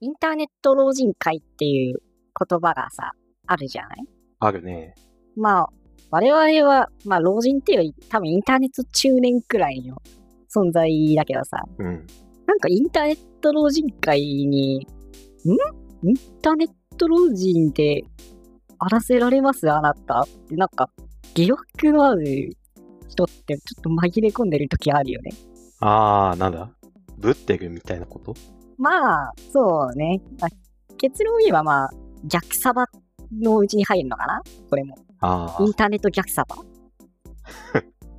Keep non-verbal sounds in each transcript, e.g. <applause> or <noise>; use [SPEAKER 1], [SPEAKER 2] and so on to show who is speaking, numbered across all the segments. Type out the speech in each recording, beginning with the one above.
[SPEAKER 1] インターネット老人会っていう言葉がさ、あるじゃない
[SPEAKER 2] あるね。
[SPEAKER 1] まあ、我々は、まあ老人っていうより多分インターネット中年くらいの存在だけどさ、
[SPEAKER 2] うん。
[SPEAKER 1] なんかインターネット老人会に、んインターネット老人であらせられますあなたって、なんか、疑惑のある人ってちょっと紛れ込んでる時あるよね。
[SPEAKER 2] あー、なんだぶってるみたいなこと
[SPEAKER 1] まあ、そうね。まあ結論を言えばまあ、逆サバのうちに入るのかなこれも。
[SPEAKER 2] あ
[SPEAKER 1] イン
[SPEAKER 2] ー、
[SPEAKER 1] ターネット逆サバ。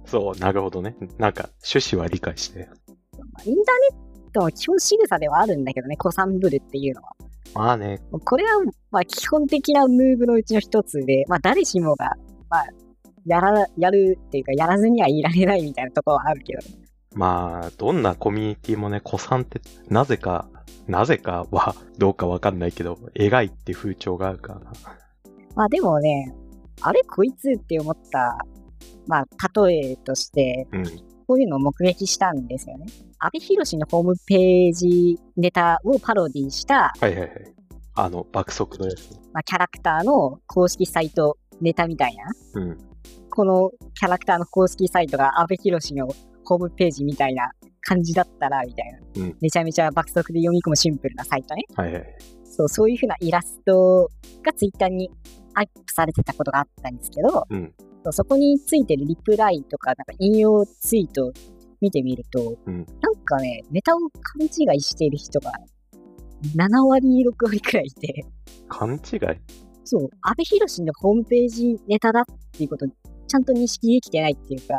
[SPEAKER 2] そう、なるほどね。なんか、趣旨は理解して。
[SPEAKER 1] まあインターネットの基本仕草ではあるんだけどね、コサンブルっていうのは。
[SPEAKER 2] まあね、
[SPEAKER 1] これは、まあ、基本的なムーブのうちの一つで、まあ、誰しもが、まあ、やら、やるっていうか、やらずにはいられないみたいなところはあるけど、
[SPEAKER 2] まあ、どんなコミュニティもね、古参って、なぜか、なぜかは、 <laughs> どうかわかんないけど、描いって風潮があるからな。
[SPEAKER 1] まあ、でもね、あれこいつって思った、まあ、例えとして、
[SPEAKER 2] うん。
[SPEAKER 1] こういうのを目撃したんですよね。安倍博士のホームページネタをパロディした、
[SPEAKER 2] はいはいはい。あの、爆速のやつ。
[SPEAKER 1] まあ、キャラクターの公式サイトネタみたいな。
[SPEAKER 2] うん。
[SPEAKER 1] このキャラクターの公式サイトが安部寛のホームページみたいな感じだったら、みたいな、
[SPEAKER 2] うん
[SPEAKER 1] めちゃめちゃ爆速で読み込むシンプルなサイトね。
[SPEAKER 2] はいはい。
[SPEAKER 1] そう、そういう風なイラストがツイッターにアップされてたことがあったんですけど、
[SPEAKER 2] うん
[SPEAKER 1] そうそこについてるリプライとか、なんか引用ツイートを見てみると、
[SPEAKER 2] うん
[SPEAKER 1] なんかね、ネタを勘違いしている人が7割、6割くらいいて、
[SPEAKER 2] 勘違い
[SPEAKER 1] そう、安倍博のホームページネタだっていうこと、ちゃんと認識できてないっていうか、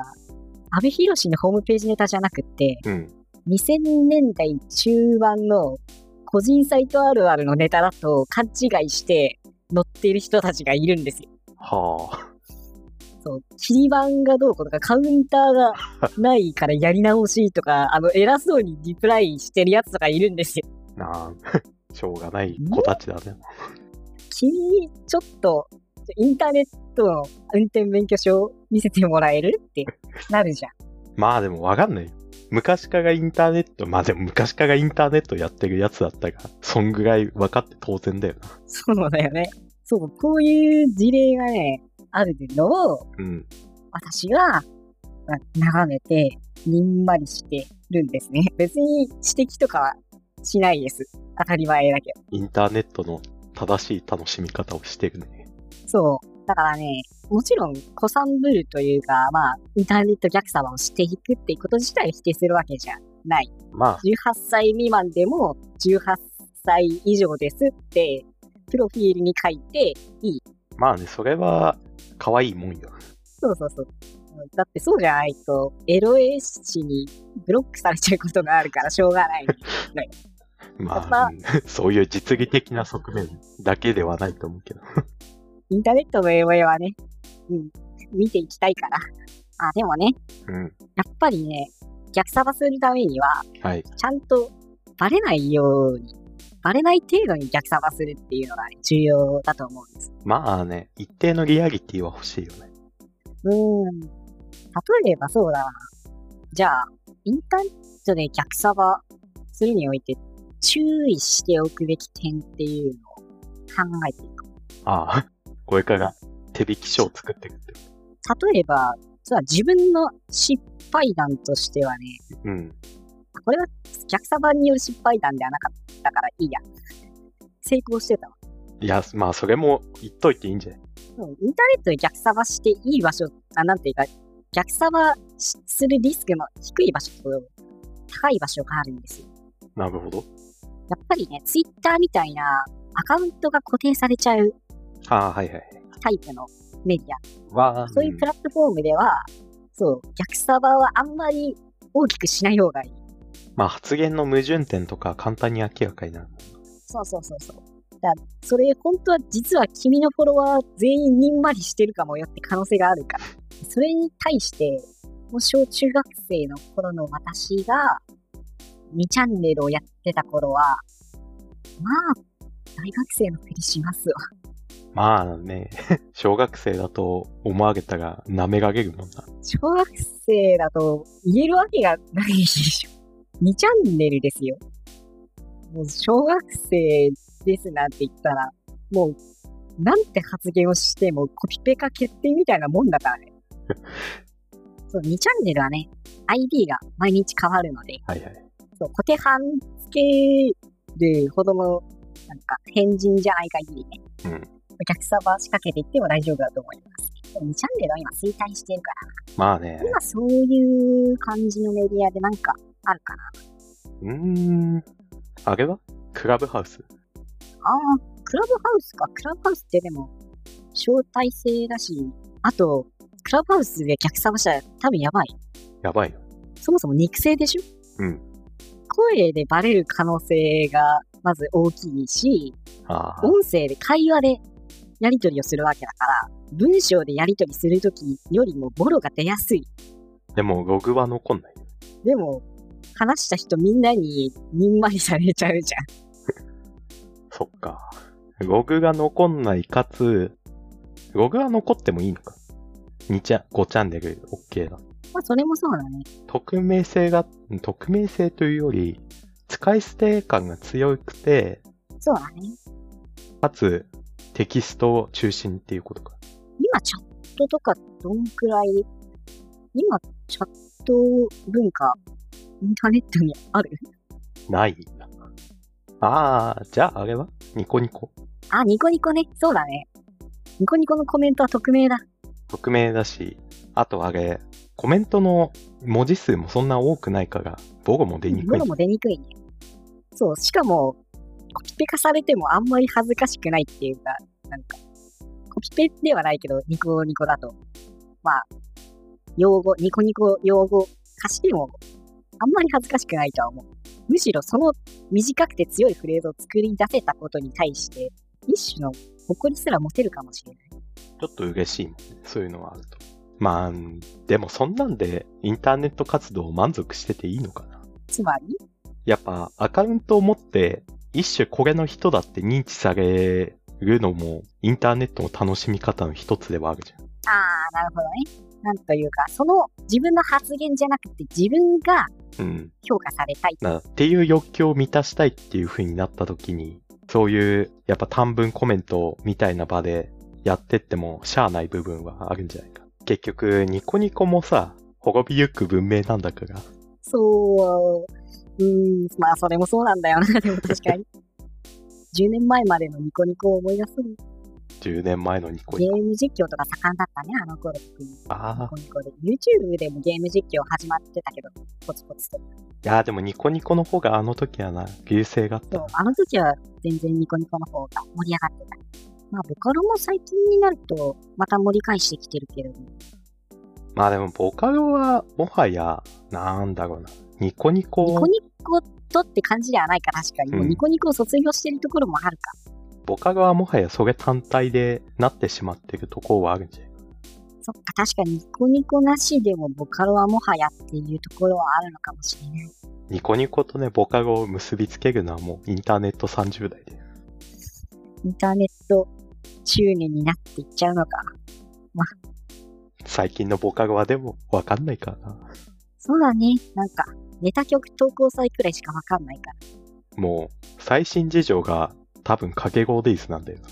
[SPEAKER 1] 安倍博のホームページネタじゃなくって、
[SPEAKER 2] うん。
[SPEAKER 1] 2000年代中盤の個人サイトあるあるのネタだと勘違いして載っている人たちがいるんですよ。
[SPEAKER 2] はあ。
[SPEAKER 1] そう、切り板がどうこうとか、カウンターがないからやり直しとか、あの、偉そうにリプライしてるやつとかいるんですよ。
[SPEAKER 2] なあ、 <laughs> しょうがない子たちだね。
[SPEAKER 1] 君、ちょっと、インターネットの運転免許証見せてもらえるってなるじゃん。 <laughs>
[SPEAKER 2] まあでもわかんないよ。昔からインターネット、まあでも昔からインターネットやってるやつだったから、そんぐらい分かって当然だよな。
[SPEAKER 1] そうだよね。そう、こういう事例がね、あるのを、
[SPEAKER 2] うん。
[SPEAKER 1] 私は、まあ眺めて、にんまりしてるんですね。別に指摘とかはしないです。当たり前だけど。
[SPEAKER 2] インターネットの正しい楽しみ方をしてるね。
[SPEAKER 1] そう。だからね、もちろん、古参ブルというか、まあ、インターネット逆さまをしていくっていうこと自体を否定するわけじゃない。
[SPEAKER 2] まあ、
[SPEAKER 1] 18歳未満でも18歳以上ですって、プロフィールに書いて、
[SPEAKER 2] まあね、それは、可愛いもんよ。
[SPEAKER 1] そうそうそう。だってそうじゃないと、エロエ誌にブロックされちゃうことがあるからしょうがない。
[SPEAKER 2] ま
[SPEAKER 1] ま
[SPEAKER 2] あ、
[SPEAKER 1] あ
[SPEAKER 2] うん <laughs> そういう実技的な側面だけではないと思うけど。
[SPEAKER 1] インターネットの AOA はね、うん、見ていきたいから。あ、でもね、
[SPEAKER 2] うん。
[SPEAKER 1] やっぱりね、逆サバするためには、
[SPEAKER 2] はい。
[SPEAKER 1] ちゃんとバレないように、バレない程度に逆サバするっていうのがね、重要だと思うんです。
[SPEAKER 2] まあね、一定のリアリティは欲しいよね。
[SPEAKER 1] うーん。例えばそうだな。じゃあ、インターネットで逆サバするにおいて注意しておくべき点っていうのを考えていく。
[SPEAKER 2] ああ、これから手引き書を作っていくって。
[SPEAKER 1] 例えば、実は自分の失敗談としてはね、
[SPEAKER 2] うん。
[SPEAKER 1] これは逆サバによる失敗談ではなかったからいいや。成功してたわ。
[SPEAKER 2] いや、まあそれも言っといていいんじゃない
[SPEAKER 1] うんインターネットで逆サバしていい場所、あなんていうか、逆サバしするリスクの低い場所と高い場所があるんですよ。
[SPEAKER 2] なるほど。
[SPEAKER 1] やっぱりね、ツイッターみたいなアカウントが固定されちゃう
[SPEAKER 2] ああ、はいはい。
[SPEAKER 1] タイプのメディア、
[SPEAKER 2] わあ、
[SPEAKER 1] そういうプラットフォームでは、そう、逆サバはあんまり大きくしない方がいい。
[SPEAKER 2] まあ発言の矛盾点とか簡単に明らかになる。
[SPEAKER 1] そうそうそうそう。だからそれ、本当は実は君のフォロワー全員にんまりしてるかもよって可能性があるから。それに対して、もう小中学生の頃の私が、2チャンネルをやってた頃は、まあ、大学生のふりしますわ。
[SPEAKER 2] まあね、 <laughs> 小学生だと思われたら舐められるもんな。
[SPEAKER 1] 小学生だと言えるわけがないでしょ。2チャンネルですよ。もう小学生ですなんて言ったら、もう、なんて発言をしてもコピペか決定みたいなもんだからね。そう、2チャンネルはね、ID が毎日変わるので、
[SPEAKER 2] はいはい。
[SPEAKER 1] そう、小手半つけるほどの、なんか、変人じゃない限りね、
[SPEAKER 2] うん
[SPEAKER 1] お客様仕掛けていっても大丈夫だと思います。でも2チャンネルは今衰退してるから、
[SPEAKER 2] まあね。
[SPEAKER 1] 今そういう感じのメディアでなんかあるかな。
[SPEAKER 2] うーん。あれはクラブハウス。
[SPEAKER 1] ああ、クラブハウスか。クラブハウスってでも、招待制だし、あと、クラブハウスで客様したら多分やばい。
[SPEAKER 2] やばいよ。
[SPEAKER 1] そもそも肉声でしょ
[SPEAKER 2] うん。
[SPEAKER 1] 声でバレる可能性がまず大きいし、
[SPEAKER 2] ああ。
[SPEAKER 1] 音声で会話でやり取りをするわけだから、文章でやり取りするときよりもボロが出やすい。
[SPEAKER 2] でも、ログは残んない。
[SPEAKER 1] でも、話した人みんなににんまりされちゃうじゃん。
[SPEAKER 2] そっか。ログが残んないかつ、ログは残ってもいいのか。2チャン、5チャンネル OK だ。
[SPEAKER 1] まあ、それもそうだね。
[SPEAKER 2] 匿名性が、匿名性というより、使い捨て感が強くて、
[SPEAKER 1] そうだね。
[SPEAKER 2] かつ、テキストを中心っていうことか。
[SPEAKER 1] 今チャットとかどんくらい、今チャット文化、インターネットにある
[SPEAKER 2] ないな。ああ、じゃああれはニコニコ。
[SPEAKER 1] あ、ニコニコね。そうだね。ニコニコのコメントは匿名だ。
[SPEAKER 2] 匿名だし、あとあれ、コメントの文字数もそんな多くないから、母語も出にくい。
[SPEAKER 1] 物も出にくいね。そう、しかも、コピペ化されてもあんまり恥ずかしくないっていうか、なんか、コピペではないけど、ニコニコだと、まあ、用語、ニコニコ用語化しても、あんまり恥ずかしくないとは思う。むしろその短くて強いフレーズを作り出せたことに対して、一種の誇りすら持てるかもしれない。
[SPEAKER 2] ちょっと嬉しいもんね。そういうのはあると。まあ、うんでもそんなんでインターネット活動を満足してていいのかな
[SPEAKER 1] つまり、
[SPEAKER 2] やっぱアカウントを持って一種これの人だって認知されるのもインターネットの楽しみ方の一つではあるじゃん。
[SPEAKER 1] あー、なるほどね。なんというか、その自分の発言じゃなくて自分が
[SPEAKER 2] うん。
[SPEAKER 1] 評価されたい
[SPEAKER 2] なっていう欲求を満たしたいっていう風になった時に、そういうやっぱ短文コメントみたいな場でやってってもしゃあない部分はあるんじゃないか。結局ニコニコもさ、滅びゆく文明なんだから。
[SPEAKER 1] そう、うーん、まあそれもそうなんだよな、でも確 <laughs> かに。10年前までのニコニコを思い出す
[SPEAKER 2] 10年前のニコ
[SPEAKER 1] ゲ
[SPEAKER 2] ニコ。
[SPEAKER 1] ーム実況とか盛んだったね、あの頃特に。ニ
[SPEAKER 2] ああ。
[SPEAKER 1] コニコで。YouTube でもゲーム実況始まってたけど、ポツポツと。
[SPEAKER 2] いやーでもニコニコの方があの時はな、流星があっ
[SPEAKER 1] そう
[SPEAKER 2] た。、
[SPEAKER 1] あの時は全然ニコニコの方が盛り上がってた。まあ、ボカロも最近になると、また盛り返してきてるけれども、
[SPEAKER 2] まあでもボカロはもはや、なんだろうな。ニコニ
[SPEAKER 1] ニコ
[SPEAKER 2] コ、
[SPEAKER 1] ニコとって感じではないか、確かに。もう
[SPEAKER 2] うん
[SPEAKER 1] ニコニコを卒業してるところもあるか。
[SPEAKER 2] ボカロはもはやそれ単体でなってしまってるところはあるんじゃない
[SPEAKER 1] そっか、確かにニコニコなしでもボカロはもはやっていうところはあるのかもしれない。
[SPEAKER 2] ニコニコとね、ボカロを結びつけるのはもうインターネット30代で。
[SPEAKER 1] インターネット中年になっていっちゃうのか。
[SPEAKER 2] 最近のボカロはでもわかんないからな。
[SPEAKER 1] そうだね。なんか、ネタ曲投稿祭くらいしかわかんないから。
[SPEAKER 2] もう、最新事情が多分掛け声デイズなんだよな。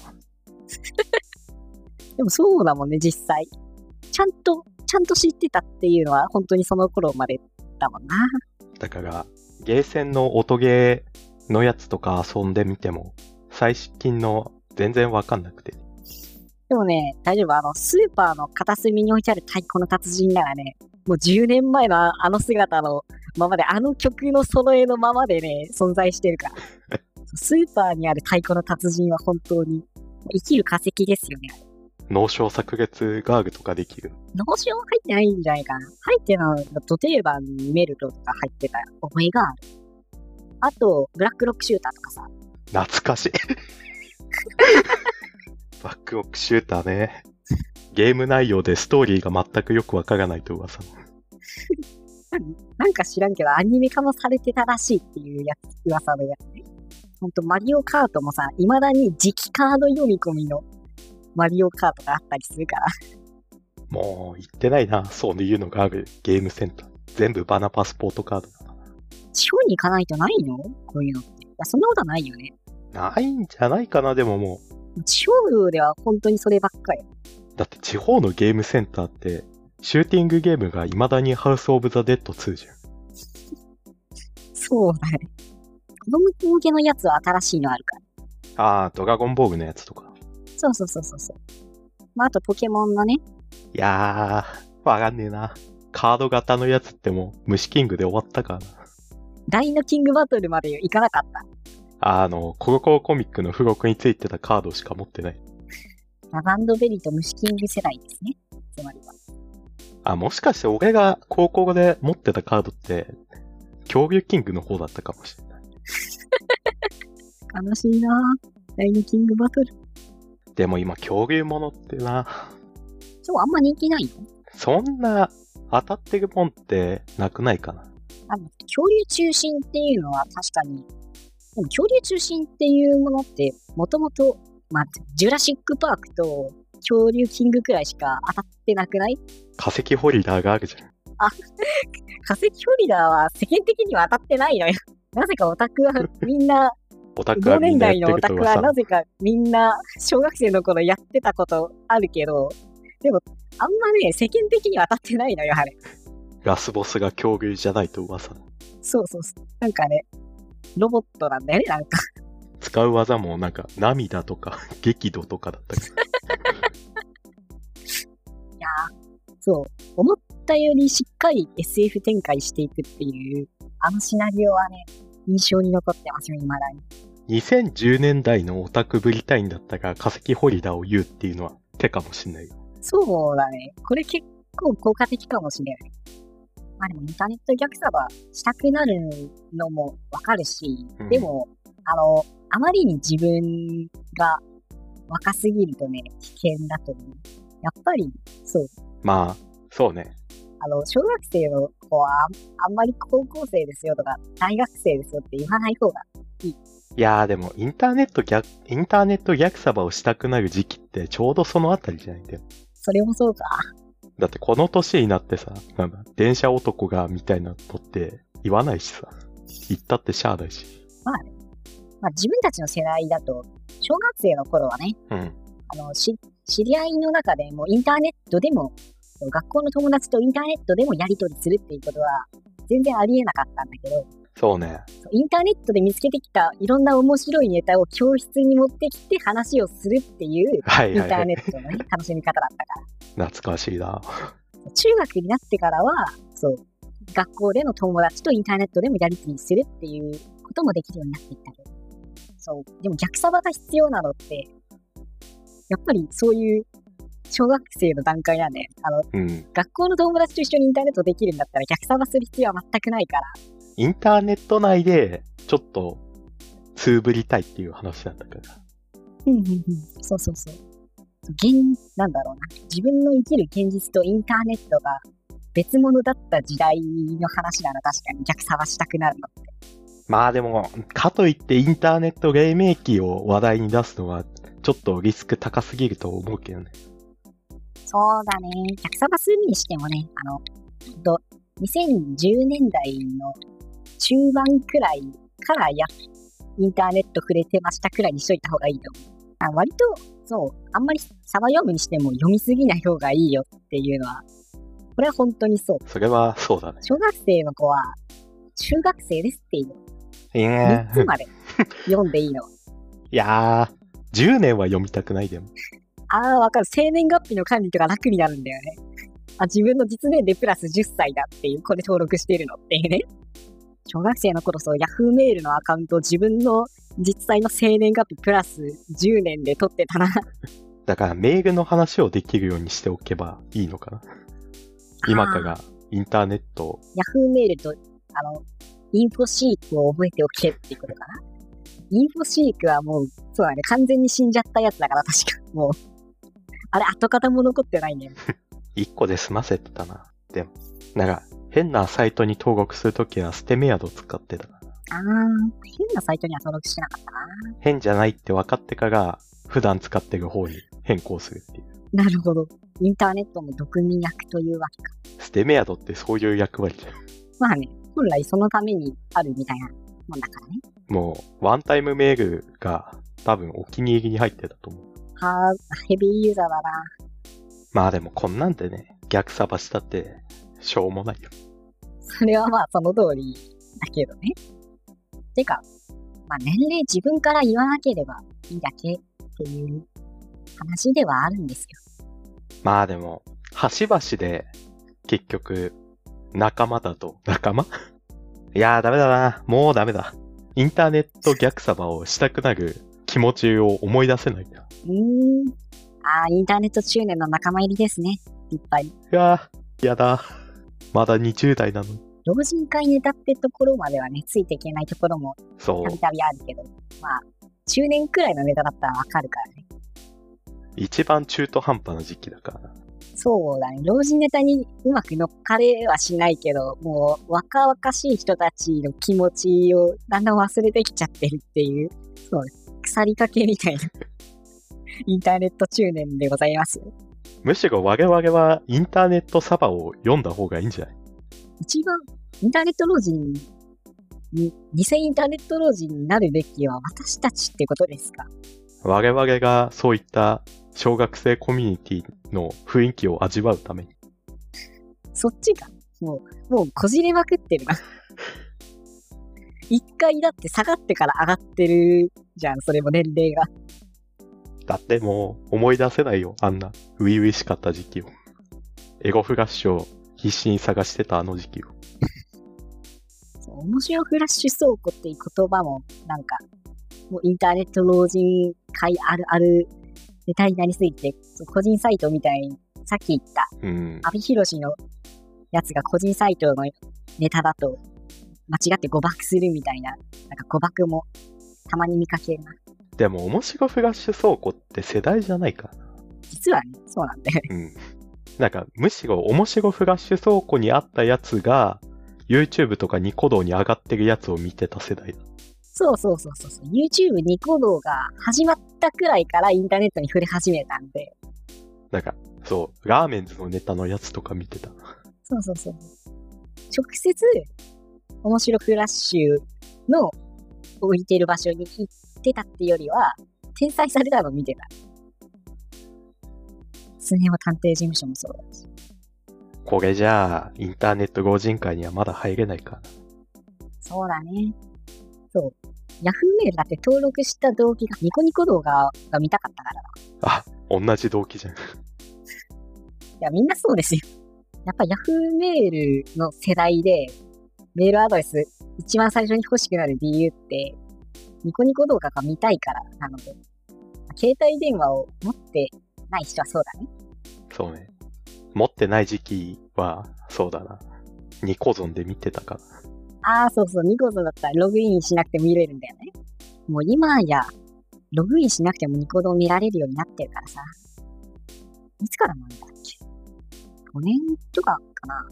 [SPEAKER 1] でもそうだもんね、実際。ちゃんと、ちゃんと知ってたっていうのは、本当にその頃までだもんな。
[SPEAKER 2] だから、ゲーセンの音ゲーのやつとか遊んでみても、最近の全然わかんなくて。
[SPEAKER 1] でもね、大丈夫。あの、スーパーの片隅に置いてある太鼓の達人ならね、もう10年前のああの姿のままで、あの曲の揃えのままでね、存在してるから。スーパーにある太鼓の達人は本当に生きる化石ですよね。
[SPEAKER 2] 脳症炸裂ガーグとかできる。
[SPEAKER 1] 脳腫瘍入ってないんじゃないかな。入ってないのはド定番にメルトとか入ってた思いがある。あと、ブラックロックシューターとかさ。
[SPEAKER 2] 懐かしい。 <laughs> バックオックシューターね。ゲーム内容でストーリーが全くよくわからないと噂の。
[SPEAKER 1] なんか知らんけど、アニメ化もされてたらしいっていうやつ、噂のやつね。ほんと、マリオカートもさ、未だに磁気カード読み込みのマリオカートがあったりするから。
[SPEAKER 2] もう、言ってないな。そういうのがあるゲームセンター。全部バナパスポートカードだな。
[SPEAKER 1] 地方に行かないとないのこういうのって。や、そんなことはないよね。
[SPEAKER 2] ないんじゃないかな、でもも
[SPEAKER 1] 地方では本当にそればっかり。
[SPEAKER 2] う。だって地方のゲームセンターって、シューティングゲームが未だにハウス・オブ・ザ・デッド2じゃん。
[SPEAKER 1] そうだね。子供向けのやつは新しいのあるから。
[SPEAKER 2] あー、ドラゴンボールのやつとか。
[SPEAKER 1] そうそうそうそうそう。まあ、あとポケモンのね。
[SPEAKER 2] いやー、わかんねえな。カード型のやつってもう、虫キングで終わったからな。
[SPEAKER 1] ダイナキングバトルまで行かなかった。
[SPEAKER 2] あの、コロコロコミックの付録についてたカードしか持ってない。
[SPEAKER 1] ラバンドベリーと虫キング世代ですね。つまりは。
[SPEAKER 2] あ、もしかして俺が高校で持ってたカードって、恐竜キングの方だったかもしれない。
[SPEAKER 1] 悲しいなぁダイナキングバトル。
[SPEAKER 2] でも今、恐竜ものってな、
[SPEAKER 1] そう、あんま人気ないよ。
[SPEAKER 2] そんな当たってるもんってなくないかな。
[SPEAKER 1] あの、恐竜中心っていうのは確かに、でも恐竜中心っていうものって、もともと、まあ、ジュラシックパークと恐竜キングくらいしか当たってなくない
[SPEAKER 2] 化石ホリダーがあるじゃん。
[SPEAKER 1] 化石ホリダーは世間的には当たってないのよ。 <laughs> なぜかオタクはみん
[SPEAKER 2] <laughs>
[SPEAKER 1] な、
[SPEAKER 2] オタク
[SPEAKER 1] 同
[SPEAKER 2] はみ
[SPEAKER 1] 年
[SPEAKER 2] んなや
[SPEAKER 1] 代の
[SPEAKER 2] っ
[SPEAKER 1] オ
[SPEAKER 2] て
[SPEAKER 1] タ
[SPEAKER 2] る
[SPEAKER 1] ク
[SPEAKER 2] とさ
[SPEAKER 1] はなぜかみんな小学生の頃やってたことあるけど、でも、あんまね、世間的には当たってないのよ、あれ。
[SPEAKER 2] ラスボスが恐竜じゃないと噂。
[SPEAKER 1] そうそうそう。なんかね、ロボットなんだよね、なんか。
[SPEAKER 2] 使う技もなんか涙とか <laughs> 激怒とかだったけど。
[SPEAKER 1] そう、思ったよりしっかり SF 展開していくっていう、あのシナリオはね、印象に残ってますよ、未だに。
[SPEAKER 2] 2010年代のオタクぶりたいんだったが化石ホリダーを言うっていうのは手かもしんないよ。
[SPEAKER 1] そうだね。これ結構効果的かもしれない。まあでもインターネット逆さばしたくなるのもわかるし
[SPEAKER 2] うん、
[SPEAKER 1] でも、あの、あまりに自分が若すぎるとね、危険だと思う。やっぱり、そう、
[SPEAKER 2] まあ、そうね。
[SPEAKER 1] あの、小学生の子はあんあんまり高校生ですよとか、大学生ですよって言わない方が
[SPEAKER 2] いやーでもインターネット逆、インターネット逆サバをしたくなる時期ってちょうどそのあたりじゃないんだよ。
[SPEAKER 1] それもそうか。
[SPEAKER 2] だってこの年になってさ、なんだ、電車男がみたいなのって言わないしさ。言ったってしゃあないし。
[SPEAKER 1] まあ、自分たちの世代だと、小学生の頃はね、
[SPEAKER 2] うん。
[SPEAKER 1] あのし知り合いの中でもうインターネットでも、学校の友達とインターネットでもやり取りするっていうことは、全然ありえなかったんだけど、
[SPEAKER 2] そうね。
[SPEAKER 1] インターネットで見つけてきたいろんな面白いネタを教室に持ってきて話をするっていう、
[SPEAKER 2] はい
[SPEAKER 1] イン
[SPEAKER 2] はい、
[SPEAKER 1] タ
[SPEAKER 2] は
[SPEAKER 1] ー
[SPEAKER 2] い。
[SPEAKER 1] ネットの、ね、楽しみ方だったか
[SPEAKER 2] 懐かしいな。
[SPEAKER 1] ら。中学になってからは、そう、学校での友達とインターネットでもやり取りするっていうこともできるようになっていったけど。そう。でも逆さばが必要なのって、やっぱりそういう小学生の段階なんで、あの、
[SPEAKER 2] うん。
[SPEAKER 1] 学校の友達と一緒にインターネットできるんだったら逆さばする必要は全くないから。
[SPEAKER 2] インターネット内で、ちょっと、つぶりたいっていう話だったから。
[SPEAKER 1] うんうんうん。そうそうそう。現、なんだろうな。自分の生きる現実とインターネットが別物だった時代の話なら確かに逆さばしたくなるの。
[SPEAKER 2] まあでも、かといってインターネット黎明期を話題に出すのは、ちょっとリスク高すぎると思うけどね。
[SPEAKER 1] そうだね。客様数にしてもね、あの、ど2010年代の中盤くらいからや、インターネット触れてましたくらいにしといた方がいいと思う。あ割と、そう、あんまりサバ読むにしても読みすぎない方がいいよっていうのは、これは本当にそう。
[SPEAKER 2] それは、そうだね。
[SPEAKER 1] 小学生の子は、中学生ですっていう
[SPEAKER 2] いや
[SPEAKER 1] 3つ
[SPEAKER 2] ー
[SPEAKER 1] まで読んでいいの。
[SPEAKER 2] いやー、10年は読みたくないでも。
[SPEAKER 1] ああ、わかる。生年月日の管理とか楽になるんだよね。あ、自分の実年齢プラス10歳だっていう、これ登録してるのっていうね。小学生の頃、そう、Yahoo メールのアカウントを自分の実際の生年月日プラス10年で取ってたな。
[SPEAKER 2] だから、メールの話をできるようにしておけばいいのかな。今か
[SPEAKER 1] あー。
[SPEAKER 2] ら、インターネットを
[SPEAKER 1] <laughs> Yahoo メールと、あの、インフォシークを覚えておけっていうことかな。インフォシークはもう、そうだね、完全に死んじゃったやつだから、確か。もう。あれ、跡形も残ってないね。
[SPEAKER 2] 1個で済ませてたな。でも、なんか、変なサイトに登録するときは、ステメアド使ってた。
[SPEAKER 1] あー、変なサイトには登録してなかったな。
[SPEAKER 2] 変じゃないって分かってから、普段使ってる方に変更するっていう。
[SPEAKER 1] なるほど。インターネットの毒味役というわけか。
[SPEAKER 2] ステメアドってそういう役割じゃん。
[SPEAKER 1] まあね、本来そのためにあるみたいな。もんだからね。
[SPEAKER 2] もう、ワンタイムメールが多分お気に入りに入ってたと思う。
[SPEAKER 1] はあ、ヘビーユーザーだな。
[SPEAKER 2] まあでもこんなんでね、逆サバしたって、しょうもないよ。
[SPEAKER 1] それはまあその通りだけどね。てか、まあ年齢自分から言わなければいいだけっていう話ではあるんですよ。
[SPEAKER 2] まあでも、端々で、結局、仲間だと、仲間いやーダメだな。もうダメだ。インターネット逆サバをしたくなる気持ちを思い出せないんだ。
[SPEAKER 1] うーん。ああ、インターネット中年の仲間入りですね。いっぱい。
[SPEAKER 2] いやー、やだ。まだ20代なのに。
[SPEAKER 1] 老人会ネタってところまではね、ついていけないところも
[SPEAKER 2] そ
[SPEAKER 1] た
[SPEAKER 2] う
[SPEAKER 1] び。たびあるけど、まあ、中年くらいのネタだったらわかるからね。
[SPEAKER 2] 一番中途半端な時期だからな。
[SPEAKER 1] そうだね。老人ネタにうまく乗っかれはしないけど、もう若々しい人たちの気持ちをだんだん忘れてきちゃってるっていう、そう、腐りかけみたいな。インターネット中年でございます。
[SPEAKER 2] むしろ我々はインターネットサバを読んだ方がいいんじゃない
[SPEAKER 1] 一番インターネット老人に、偽インターネット老人になるべきは私たちってことですか
[SPEAKER 2] 我々がそういった小学生コミュニティの雰囲気を味わうために。
[SPEAKER 1] そっちが、もう、もうこじれまくってるな。一回だって下がってから上がってるじゃん、それも年齢が。
[SPEAKER 2] だってもう思い出せないよ、あんな初々しかった時期を。エゴフラッシュを必死に探してたあの時期を。
[SPEAKER 1] そう面白フラッシュ倉庫っていう言葉も、なんか、もうインターネット老人会あるあるネタになりすぎて、そう個人サイトみたいに、さっき言った
[SPEAKER 2] うん。
[SPEAKER 1] 阿部寛のやつが個人サイトのネタだと間違って誤爆するみたいな、なんか誤爆もたまに見かけるな。
[SPEAKER 2] でも面白フラッシュ倉庫って世代じゃないからな。
[SPEAKER 1] 実はね、そうなんだよね。
[SPEAKER 2] うん。なんかむしろ面白フラッシュ倉庫にあったやつが、YouTube とかニコ動に上がってるやつを見てた世代だ。
[SPEAKER 1] そうそうそうそうそう。YouTube ニコ動が始まったくらいからインターネットに触れ始めたんで。
[SPEAKER 2] なんか、そう、ラーメンズのネタのやつとか見てた。
[SPEAKER 1] そうそうそう。直接、面白フラッシュの置いてる場所に行ってたってよりは、転載されたのを見てた。スネ夫探偵事務所もそうだし。
[SPEAKER 2] これじゃあ、インターネット老人会にはまだ入れないかな。
[SPEAKER 1] そうだね。そう。ヤフーメールだって登録した動機がニコニコ動画が見たかったからだ。
[SPEAKER 2] あ、同じ動機じゃん。
[SPEAKER 1] いや、みんなそうですよ。やっぱヤフーメールの世代で、メールアドレス一番最初に欲しくなる理由って、ニコニコ動画が見たいからなので、携帯電話を持ってない人はそうだね。
[SPEAKER 2] そうね。持ってない時期は、そうだな。ニコゾンで見てたから。
[SPEAKER 1] ああ、そうそう、ニコ動だったらログインしなくても見れるんだよね。もう今や、ログインしなくてもニコ動見られるようになってるからさ。いつからなんだっけ ?5 年とかかな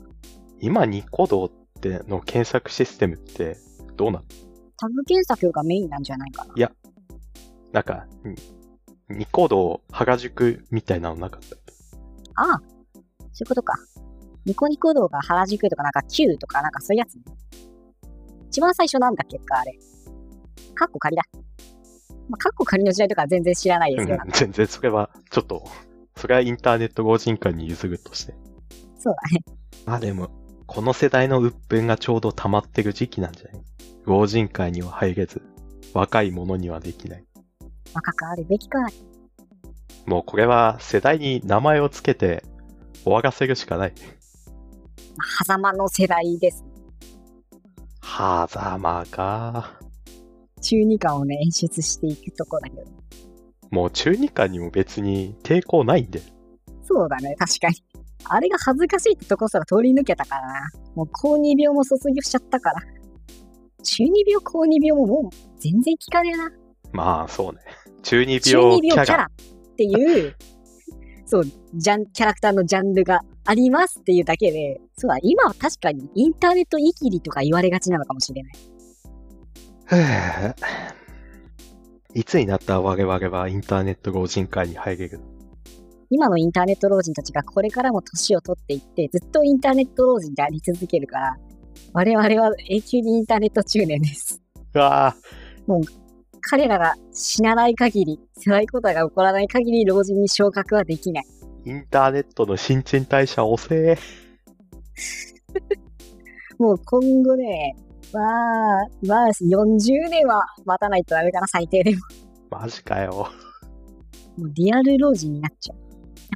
[SPEAKER 2] 今、ニコ動っての検索システムって、どうなの
[SPEAKER 1] タブ検索がメインなんじゃないかな
[SPEAKER 2] なんか、にニコ動原宿みたいなのなかった。
[SPEAKER 1] ああ、そういうことか。ニコニコ動画原宿とかなんか Q とかなんかそういうやつね。一番最初なんだっけか、あれ。カッコ仮だ。まあ、カッコ仮の時代とかは全然知らないですよ。
[SPEAKER 2] うん全然それは、ちょっと、それはインターネット老人会に譲るとして。
[SPEAKER 1] そうだね。
[SPEAKER 2] まあでも、この世代の鬱憤がちょうど溜まってる時期なんじゃない老人会には入れず、若い者にはできない。
[SPEAKER 1] 若くあるべきか。
[SPEAKER 2] もうこれは世代に名前をつけて終わらせるしかない。
[SPEAKER 1] まあ、狭間の世代です
[SPEAKER 2] はざまか。
[SPEAKER 1] 中二感をね、演出していくとこだけど。
[SPEAKER 2] もう中二感にも別に抵抗ないんで。
[SPEAKER 1] そうだね、確かに。あれが恥ずかしいってとこすら通り抜けたからな。もう高2病も卒業しちゃったから。中二病、高2病ももう全然聞かねえな。
[SPEAKER 2] まあそうね。中二病キ
[SPEAKER 1] 中二
[SPEAKER 2] ャ
[SPEAKER 1] 病
[SPEAKER 2] ラ。
[SPEAKER 1] キャラっていう、そう、ジャン、キャラクターのジャンルがありますっていうだけで、そうだ、今は確かにインターネットイキリとか言われがちなのかもしれない。
[SPEAKER 2] ふう <laughs> いつになったら我々はインターネット老人会に入れるの
[SPEAKER 1] 今のインターネット老人たちがこれからも年を取っていって、ずっとインターネット老人であり続けるから、我々は永久にインターネット中年です。
[SPEAKER 2] うわ
[SPEAKER 1] 彼らが死なない限り、辛いことが起こらない限り、老人に昇格はできない。
[SPEAKER 2] ーインターネットの新陳代謝遅え。
[SPEAKER 1] もう今後ね、まあ、まあ、40年は待たないとダメかな、最低でも。
[SPEAKER 2] マジかよ。
[SPEAKER 1] もうリアル老人になっちゃう。や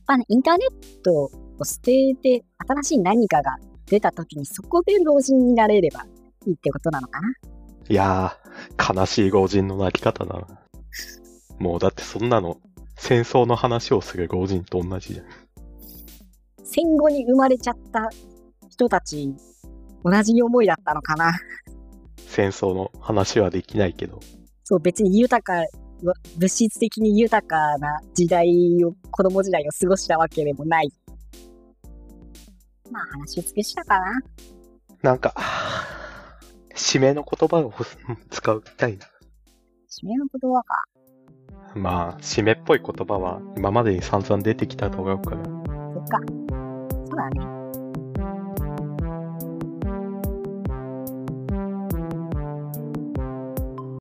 [SPEAKER 1] っぱね、インターネットを捨てて、新しい何かが出た時に、そこで老人になれればいいってことなのかな。
[SPEAKER 2] いやー、悲しい老人の泣き方だな。もうだってそんなの、戦争の話をする老人と同じじゃん。
[SPEAKER 1] 戦後に生まれちゃった人たち、同じ思いだったのかな。
[SPEAKER 2] 戦争の話はできないけど。
[SPEAKER 1] そう、別に豊か、わ物質的に豊かな時代を、子供時代を過ごしたわけでもない。まあ、話し尽くしたかな。
[SPEAKER 2] なんか、締めの言葉を <laughs> 使いたいな。
[SPEAKER 1] 締めの言葉か。
[SPEAKER 2] まあ、締めっぽい言葉は今までに散々出てきた動画から。
[SPEAKER 1] そっか。そうだね。